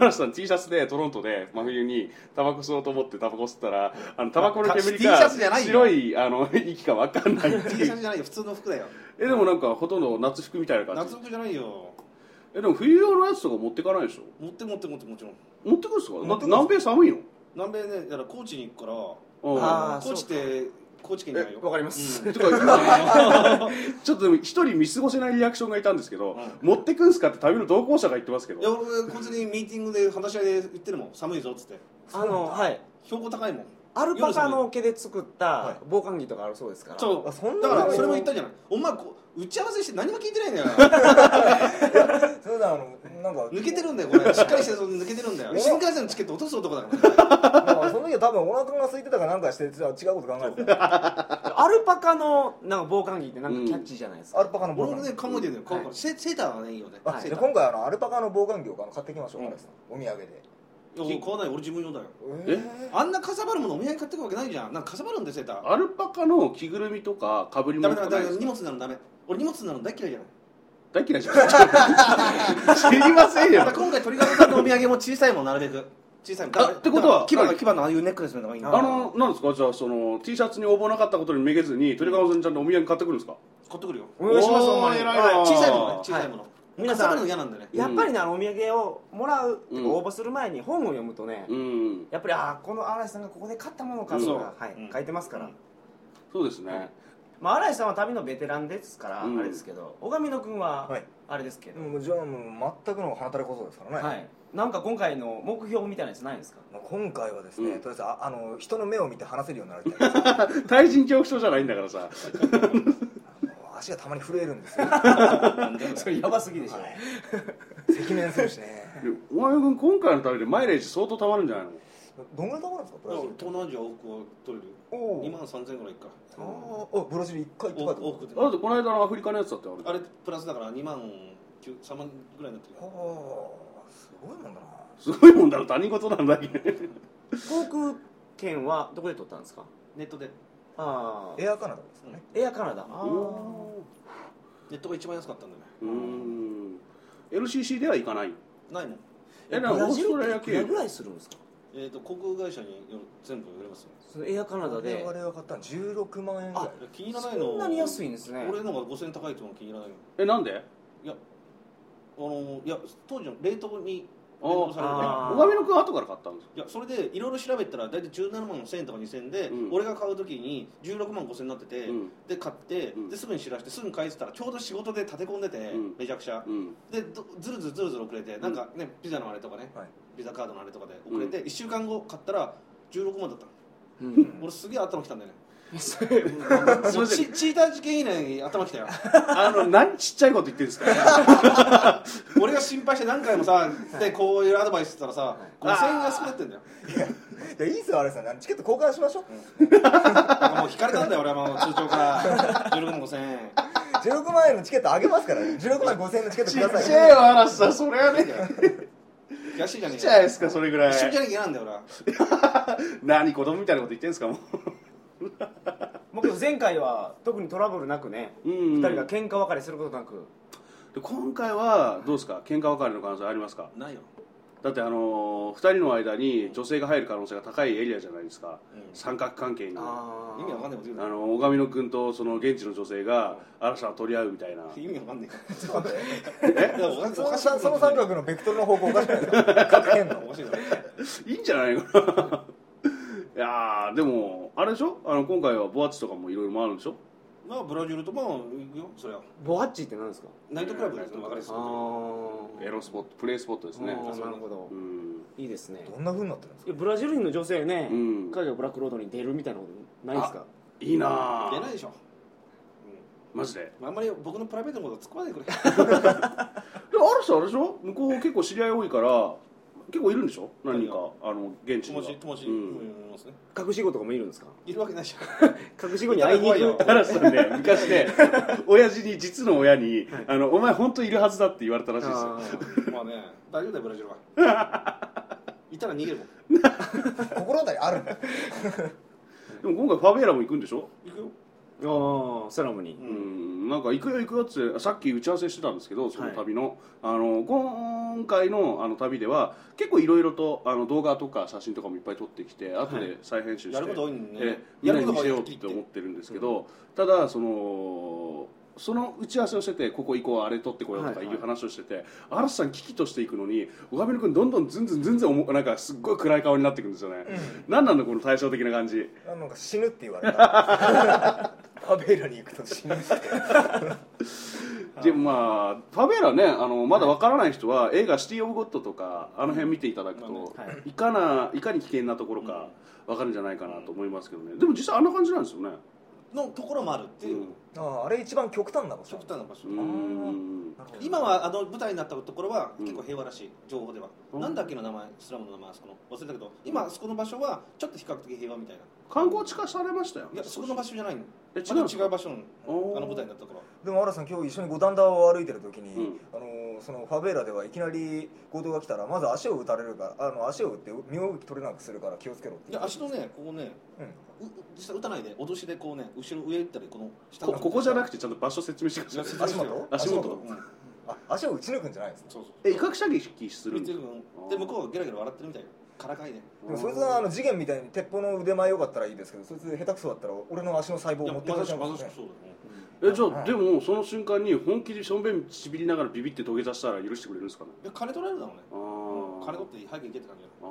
Speaker 2: 嵐さん T シャツでトロントで真冬にタバコ吸おうと思ってタバコ吸ったらあのタバコの煙
Speaker 4: T シャツじゃ
Speaker 2: か
Speaker 4: ないよ
Speaker 2: 白いあの息か分かんないって
Speaker 4: T シ
Speaker 2: い
Speaker 4: ャ
Speaker 2: う
Speaker 4: ツじゃないよ普通の服だよ
Speaker 2: えでもなんかほとんど夏服みたいな感じ
Speaker 4: 夏服じゃないよ
Speaker 2: えでも冬用のやつとか持ってかないでしょ
Speaker 4: 持って持って持ってもちろん
Speaker 2: 持ってくるんですかだ
Speaker 3: 持
Speaker 2: って
Speaker 3: ってくる
Speaker 2: 南米寒いの
Speaker 4: 南米ねだから高知に行くから
Speaker 2: うん
Speaker 1: あー
Speaker 4: 高知って高知県じゃないよ
Speaker 1: わかります、
Speaker 2: てか今ちょっとでも一人見過ごせないリアクションがいたんですけど、
Speaker 4: う
Speaker 2: 持ってくんすかって旅の同行者が言ってますけ
Speaker 4: いや
Speaker 2: ど
Speaker 4: 俺こいつにミーティングで話し合いで言ってるもん寒いぞっつって
Speaker 1: あのはい
Speaker 4: 標高高いもん
Speaker 1: アルパカの毛で作った防寒着とかあるそうですから、
Speaker 4: そう
Speaker 3: あそんな
Speaker 4: だ
Speaker 3: の
Speaker 4: からそれも言ったじゃないお前こう打ち合わせして何も聞いてないんだ よ
Speaker 3: それであのなんか
Speaker 4: 抜けてるんだよこれしっかりしてそう抜けてるんだよ新幹線のチケット落とす男だから
Speaker 3: だからその時は多分お腹が空いてたかなんかして違うこと考えてた
Speaker 1: アルパカのなんか防寒着ってなんかキャッチーじゃないですか、
Speaker 3: アルパカの防寒着
Speaker 4: 俺もね考えてるんだよこう
Speaker 1: はい
Speaker 4: こうセセーターはねいいよね
Speaker 3: あ
Speaker 4: セ
Speaker 3: じ
Speaker 4: ー
Speaker 3: ゃ
Speaker 4: タ
Speaker 3: あ
Speaker 4: ー
Speaker 3: 今回あのアルパカの防寒着をあの買ってきましょう、
Speaker 4: うん
Speaker 3: 荒木さんお土産で
Speaker 4: いや俺買わない俺自分用だよ
Speaker 3: え
Speaker 4: あんなかさばるものお土産買ってくわけないじゃんなんかかさばるんだよセーター
Speaker 2: アルパカの着ぐるみとかかぶり
Speaker 4: ダ
Speaker 2: 物
Speaker 4: メ
Speaker 2: と
Speaker 4: ダ
Speaker 2: かな
Speaker 4: メダ
Speaker 2: いで
Speaker 4: メ
Speaker 2: すか
Speaker 4: 荷物になるのダメ俺荷物になるの大嫌いじゃない
Speaker 2: 大嫌いじゃん 知りません
Speaker 4: ま
Speaker 2: よ
Speaker 4: た今回鳥籠さんのお土産も小さいもんなるべく小さいもん
Speaker 2: あってことは
Speaker 4: 牙が牙のああいうネックレスの方がいいんだ
Speaker 2: あのなんですかじゃあその T シャツに応募なかったことにめげずに鳥川さんちゃんとお土産買ってくるんですか
Speaker 4: 買ってくるよ
Speaker 1: お願いしますほんまに
Speaker 2: ー偉
Speaker 4: はい
Speaker 2: な
Speaker 4: 小さいものね小さいもの
Speaker 1: 皆さ
Speaker 4: 皆
Speaker 1: ん
Speaker 4: さんかさばるの嫌なんだよね
Speaker 1: やっぱりねあのお土産をもらう、
Speaker 2: うん
Speaker 1: 応募する前に本を読むとね、
Speaker 2: うん
Speaker 1: やっぱりああこの嵐さんがここで買ったものかとか、
Speaker 2: そう
Speaker 1: はい
Speaker 4: うん
Speaker 1: 書いてますから、
Speaker 4: うん
Speaker 2: そうですね
Speaker 1: まあ、嵐さんは旅のベテランですから、
Speaker 2: うん
Speaker 1: あれですけど小上野君は
Speaker 3: はい
Speaker 1: あれですけど、
Speaker 3: もうじゃあもう全くの鼻たれ小僧ですからね、
Speaker 1: はい、なんか今回の目標みたいなやつないん ですか
Speaker 3: まあ今回はですね、
Speaker 2: うん
Speaker 3: とりあえずああの人の目を見て話せるようになりたいも
Speaker 2: 対人恐怖症じゃないんだからさ
Speaker 3: う足がたまに震えるんですよ
Speaker 1: そ れやばすぎでしょ、
Speaker 3: 赤面するしね
Speaker 2: お前君今回の旅でマイレージ相当たまるんじゃないの
Speaker 3: どんぐらい高かるんですかブラジル
Speaker 4: 東南アジア往復は取れる
Speaker 3: おお
Speaker 4: 2万3000円ぐらいか
Speaker 3: あーあブラジル一回行って帰って
Speaker 4: 往
Speaker 3: く
Speaker 4: 復
Speaker 3: る
Speaker 4: で
Speaker 2: だってこの間のアフリカのやつだってあ
Speaker 4: あ
Speaker 2: れ
Speaker 4: れプラスだから2万3万ぐらいになってる
Speaker 3: あーすごいもんだな
Speaker 2: すごいもんだろ他人事なんだけど
Speaker 1: 航空券はどこで取ったんですか
Speaker 4: ネットで
Speaker 1: ああ
Speaker 3: エアカナダですかね、
Speaker 1: エアカナダああ
Speaker 4: ネットが一番安かったんだよね
Speaker 2: うん LCC では行かない
Speaker 4: ないもん
Speaker 2: え
Speaker 1: ブ
Speaker 2: なんか
Speaker 1: ラ
Speaker 2: オー
Speaker 1: ジ
Speaker 2: スト
Speaker 1: ル
Speaker 2: ラリア
Speaker 1: っていくら
Speaker 2: 系
Speaker 1: ぐらいするんですか
Speaker 4: えっと航空会社による全部売れますよ
Speaker 1: そのエアカナダで
Speaker 3: 我々が買ったの16万円ぐらい
Speaker 1: あ
Speaker 4: 気に入らないの
Speaker 1: そんなに安いんですね
Speaker 4: 俺のが5000円高いと思う気に入らないの
Speaker 2: えなんで
Speaker 4: いやあのいや当時の冷凍に
Speaker 2: あ
Speaker 4: 冷凍されるから
Speaker 1: あー
Speaker 2: 小上野君後から買ったんです
Speaker 4: いやそれでいろいろ調べたら大体17万5000円とか2000円で、
Speaker 2: うん
Speaker 4: 俺が買う時に16万5000円になってて、
Speaker 2: うん
Speaker 4: で買って、
Speaker 2: うん
Speaker 4: ですぐに知らしてすぐに返したらちょうど仕事で立て込んでて、
Speaker 2: うん
Speaker 4: めちゃくちゃ
Speaker 2: うん
Speaker 4: でどずるずるずるずる遅れて、なんかねピザのあれとかね、
Speaker 3: はい
Speaker 4: ピザカードのあれとかで遅れて、1週間後買ったら16万だったの、
Speaker 2: うん
Speaker 4: 俺すげえ頭きたんだよね
Speaker 1: そ
Speaker 2: すい
Speaker 4: も
Speaker 2: ま
Speaker 4: う
Speaker 2: せ
Speaker 4: チ
Speaker 2: ん
Speaker 4: チーター事件以来に頭きたよ
Speaker 2: あの何ちっちゃいこと言ってるんですか
Speaker 4: 俺が心配して何回もさでこういうアドバイスしたらさ、5000円安くなってんだよ
Speaker 3: いやいいっすよあれさんあのチケット交換しましょう
Speaker 4: なんかもう引かれたんだよ俺はもう通 帳から16万5000円
Speaker 3: 16万円のチケットあげますからね16万5000円のチケッ ト
Speaker 2: ち
Speaker 3: ください
Speaker 2: っちゃいよ嵐さんそれはね
Speaker 4: 悔しい じゃ
Speaker 2: ちっ
Speaker 4: ねえ
Speaker 2: ちゃい
Speaker 4: か
Speaker 2: ですかそれぐら
Speaker 4: 一緒じ
Speaker 2: い
Speaker 4: ゃなきゃ嫌なんだよ俺は
Speaker 2: 何子供みたいなこと言ってんすかも
Speaker 1: 僕前回は特にトラブルなくね
Speaker 2: う
Speaker 1: 二
Speaker 2: ん
Speaker 1: 人が喧嘩別れすることなく
Speaker 2: で今回はどうですか喧嘩別れの可能性ありますか
Speaker 4: ないよ、
Speaker 2: だってあのー、2人の間に女性が入る可能性が高いエリアじゃないですか
Speaker 4: う
Speaker 2: 三角関係にあ
Speaker 1: あ
Speaker 4: ん、意味わかんないこと言うな
Speaker 2: の小上野君とその現地の女性が嵐さんを取り合うみたいな
Speaker 4: 意味わかんない
Speaker 2: え
Speaker 4: えおかしい
Speaker 3: そ
Speaker 4: お
Speaker 3: の
Speaker 4: かしい
Speaker 3: 三その三角のベクトルの方向おかしくないですか各変
Speaker 4: お
Speaker 3: の
Speaker 4: かしいよ
Speaker 2: いいんじゃないかな いやーでもあれでしょあの今回はボアッチとかもいろいろ回るんでしょ
Speaker 4: まあブラジルとまあ行くよそりゃ
Speaker 1: ボアッチって何ですか
Speaker 4: ナイトクラブですね分かりやすい
Speaker 1: あ
Speaker 2: エロスポットプレイスポットです
Speaker 1: あな
Speaker 2: ね
Speaker 1: る
Speaker 4: そう
Speaker 1: ほど
Speaker 2: うん
Speaker 1: いいですね
Speaker 3: どんな風になってるんです
Speaker 1: いやブラジル人の女性ね、
Speaker 2: うん
Speaker 1: 海外ブラックロードに出るみたいなことないですか
Speaker 2: いいなあ
Speaker 4: 出ないでしょ、
Speaker 2: マジで
Speaker 4: うん、あんまり僕のプライベートのこと突っ込まないでく れ
Speaker 2: である人あれでしょ向こう結構知り合い多いから結構いるんでしょ何人かあの現地に
Speaker 4: 友
Speaker 2: は
Speaker 4: 達友達、
Speaker 2: う
Speaker 4: うんん、いますね
Speaker 1: 隠し子とかもいるんですか
Speaker 4: いるわけないでし
Speaker 1: 隠し子に会いに行
Speaker 4: いや
Speaker 1: く
Speaker 4: 怖
Speaker 2: 嵐さん ね昔ね親父に実の親に、あの「お前本当いるはずだ」って言われたらしいですよ
Speaker 1: あー
Speaker 4: ょまあね大丈夫だよブラジル はいたら逃げるもん
Speaker 3: か心当たりあるんだ
Speaker 2: でも今回ファベーラも行くんでしょ
Speaker 4: 行くよ
Speaker 1: あーセラムに、
Speaker 2: う
Speaker 4: うん
Speaker 2: んなんか行くよ行くよっつってさっき打ち合わせしてたんですけどその旅の,、あの今回のあの旅では結構いろいろとあの動画とか写真とかもいっぱい撮ってきて後で再編集して、
Speaker 4: やること多いんで
Speaker 2: え
Speaker 4: ね
Speaker 2: み
Speaker 4: や
Speaker 2: んな
Speaker 4: る
Speaker 2: に
Speaker 4: こ
Speaker 2: 見せ
Speaker 4: とが多い
Speaker 2: よ
Speaker 4: は
Speaker 2: う
Speaker 4: っきり
Speaker 2: って
Speaker 4: 言っ
Speaker 2: 思
Speaker 4: て
Speaker 2: ってるんですけど、ただそのその打ち合わせをしててここ行こうあれ取ってこようとか
Speaker 1: はい
Speaker 2: い
Speaker 1: はいう
Speaker 2: 話をしてて、嵐さん危機としていくのに小上野君どんどんずんずんずんずん重くなんかすっごい暗い顔になっていくんですよね、なん、なんだこの対照的な感じ
Speaker 3: あなんか死ぬって言われたファベーラに行くと死ぬって
Speaker 2: でもまあファベーラねあのまだわからない人は映画「シティ・オブ・ゴッド」とかあの辺見ていただくと
Speaker 1: まあねはい
Speaker 2: かないかに危険なところかわかるんじゃないかなと思いますけどねでも実際あんな感じなんですよね
Speaker 4: のところもあるっていう、
Speaker 3: あーあれ一番極端な場所
Speaker 4: 極端な場所、
Speaker 2: うんうん
Speaker 3: なるほど
Speaker 4: 今はあの舞台になったところは
Speaker 2: うん
Speaker 4: 結構平和らしい、情報では、
Speaker 2: うん
Speaker 4: なんだっけの名前スラムの名前あそこの忘れたけど今あそこの場所はちょっと比較的平和みたいな
Speaker 2: 観光地化されましたよ
Speaker 4: いやそこの場所じゃないの
Speaker 2: え違
Speaker 4: ま
Speaker 2: う
Speaker 4: た
Speaker 2: の
Speaker 4: 違う場所なの
Speaker 2: おー
Speaker 4: あの舞台になったところ
Speaker 3: でも、アラさん、今日一緒に五反田を歩いてる時に、
Speaker 2: うん
Speaker 3: あのーそのファベーラではいきなり強盗が来たら、まず足を打たれるから、あの足を打って身動き取れなくするから気をつけろって。
Speaker 4: いや足のねここね
Speaker 3: うん
Speaker 4: う実際打たないで脅しでこうね後ろ上行ったりこの下
Speaker 2: こここじゃな
Speaker 4: く
Speaker 2: くてちゃんと場所説明してください
Speaker 3: 足元
Speaker 2: 足元
Speaker 4: うん、そう
Speaker 3: あ足を打ち抜くんじゃないんですね
Speaker 4: そう
Speaker 2: え威嚇射撃するんですか
Speaker 4: で向こうがゲラゲラ笑ってるみたいなからかいね
Speaker 3: でもそいつはあの次元みたいに鉄砲の腕前良かったらいいですけどそいつ下手くそだったら俺の足の細胞を
Speaker 4: いや
Speaker 3: 持
Speaker 4: ま
Speaker 3: ってか
Speaker 4: さ
Speaker 3: れ
Speaker 4: し
Speaker 3: ちゃい
Speaker 4: くま
Speaker 3: ま
Speaker 4: さ
Speaker 3: す
Speaker 4: し
Speaker 3: ね
Speaker 4: くそうだね
Speaker 2: えじゃ
Speaker 3: う
Speaker 2: あ
Speaker 3: ん
Speaker 2: でもその瞬間に本気でしょんべんちびりながらビビって土下座したら許してくれるんですかね
Speaker 4: いや金取られるだろうね
Speaker 2: あー
Speaker 4: 金取って早く行けって感じだ
Speaker 2: あ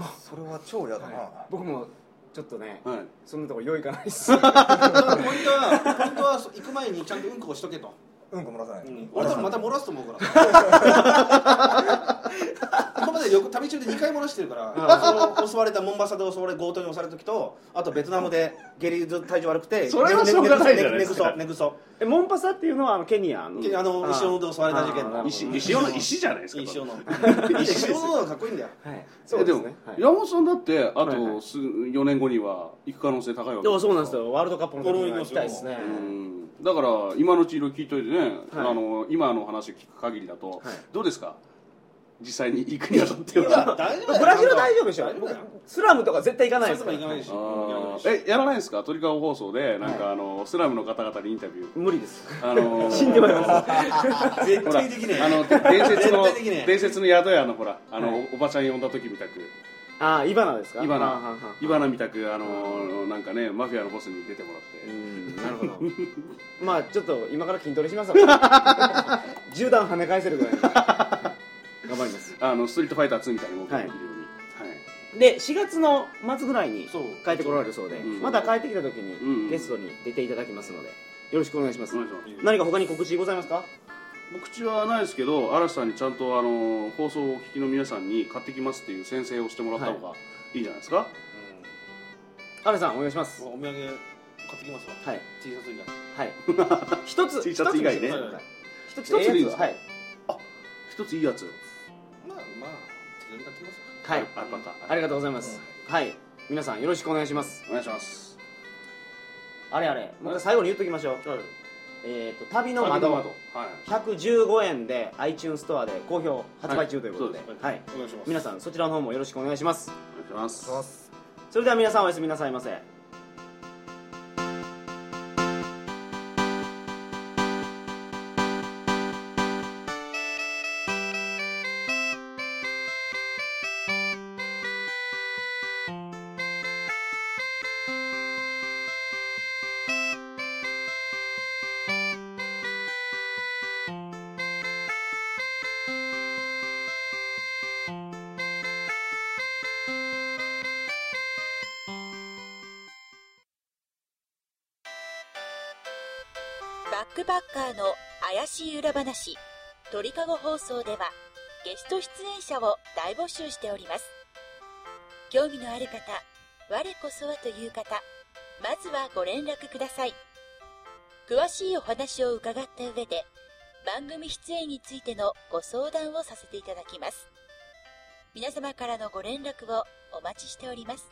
Speaker 2: あ
Speaker 3: それは超嫌だな、
Speaker 1: 僕もちょっとね
Speaker 2: はい
Speaker 1: そんなとこ用意がないっす
Speaker 4: だからポイントはポイントは行く前にちゃんとうんこをしとけと、
Speaker 3: うんこ漏らさない、
Speaker 4: うん、
Speaker 3: あ
Speaker 4: 俺多分また漏らすと思うから今までよく旅中で2回漏らしてるからその襲われたモンバサで襲われ強盗に襲われた時とあとベトナムで下痢で体調悪くて
Speaker 2: それはしょうがないじゃないですか
Speaker 4: 寝ぐそ
Speaker 1: えモンパサっていうのはあのケニアの
Speaker 4: 寝ぐそあの石斧で襲われた事件
Speaker 1: あー
Speaker 4: の
Speaker 2: 石石尾の石じゃないですか
Speaker 4: 石斧
Speaker 2: 石で
Speaker 4: 石
Speaker 2: す
Speaker 4: 斧の方がかっこいいんだよ
Speaker 1: はい
Speaker 2: えでも
Speaker 1: はい
Speaker 2: 山本さんだってあ
Speaker 1: はいは
Speaker 2: と
Speaker 1: い
Speaker 2: 数4年後には行く可能性高いわけ
Speaker 1: でもそうなん
Speaker 2: で
Speaker 1: ですよワールドカップの時には行きたいですね
Speaker 2: うんだから今のうちいろいろ聞いといてね、
Speaker 1: はい
Speaker 2: あの今の話を聞く限りだと、
Speaker 1: はい
Speaker 2: どうですか実際に行くにあたって
Speaker 4: いや
Speaker 2: は
Speaker 4: 大丈夫だよ
Speaker 1: ブラジルは大丈夫でしょ
Speaker 4: 大丈夫だよ
Speaker 1: 僕スラムとか絶対行か
Speaker 4: そ
Speaker 1: ない
Speaker 4: れ
Speaker 1: で
Speaker 4: と
Speaker 1: す
Speaker 4: か
Speaker 1: から
Speaker 4: 行
Speaker 2: あ
Speaker 4: かないし行かないし
Speaker 2: ーえやらないですかトリカゴ放送でなんか、あのスラムの方々にインタビュー
Speaker 1: 無理です
Speaker 2: あのー
Speaker 1: 死んでまいります
Speaker 4: 絶
Speaker 2: ほら
Speaker 4: 対できねえ
Speaker 2: あの伝説の
Speaker 4: 絶対できねえ
Speaker 2: 伝説の宿屋のほらあの、
Speaker 1: は
Speaker 2: おばちゃん呼んだ時みたく
Speaker 1: ああイバナですか
Speaker 2: イバ
Speaker 1: あーはんは
Speaker 2: ナ
Speaker 1: んはん
Speaker 2: イバナみたくあのーなんかねマフィアのボスに出てもらって、
Speaker 1: うんなるほどまあちょっと今から筋トレしますわ 10段跳ね返せるぐらいの頑張ります
Speaker 2: あのストリートファイター2みたいに動きができるよ
Speaker 1: で4月の末ぐらいに
Speaker 4: そう
Speaker 1: 帰ってこられるそうで
Speaker 2: うん
Speaker 1: また帰ってきた時
Speaker 2: うん
Speaker 1: にゲストに出ていただきますのでよろしくお願いします
Speaker 2: うに、はい、お願いします
Speaker 1: 何か他に告知ございますか
Speaker 2: 告知はないですけど嵐さんにちゃんとあのー放送をお聞きの皆さんに買ってきますっていう宣誓をしてもらった方がいいんじゃないですか、
Speaker 1: アレさんお願いします
Speaker 4: うんお土産買ってきますわ
Speaker 1: はい
Speaker 4: T シャツ以外
Speaker 1: はい 一つ
Speaker 2: T シャツ以外ね
Speaker 1: 一つ
Speaker 2: 一つでいいですか
Speaker 1: はい
Speaker 2: 一ついいやつ
Speaker 4: まあまあ手紙買ってきますわ
Speaker 1: はい
Speaker 2: アルパカ
Speaker 1: ありがとうございますはい皆さんよろしくお願いします
Speaker 2: お願いします
Speaker 1: あれあれもう一回最後に言っときましょうえっと旅の窓
Speaker 2: はい
Speaker 1: 115円で iTunes ストアで好評発売中ということで,、
Speaker 2: はい
Speaker 1: は
Speaker 2: そう
Speaker 1: い
Speaker 2: です
Speaker 4: お願いします
Speaker 1: 皆さんそちらの方もよろしくお願いします
Speaker 2: お願いします
Speaker 3: そうです
Speaker 1: それでは皆さんおやすみなさいませ
Speaker 5: バックパッカーの怪しい裏話、鳥かご放送では、ゲスト出演者を大募集しております。興味のある方、我こそはという方、まずはご連絡ください。詳しいお話を伺った上で、番組出演についてのご相談をさせていただきます。皆様からのご連絡をお待ちしております。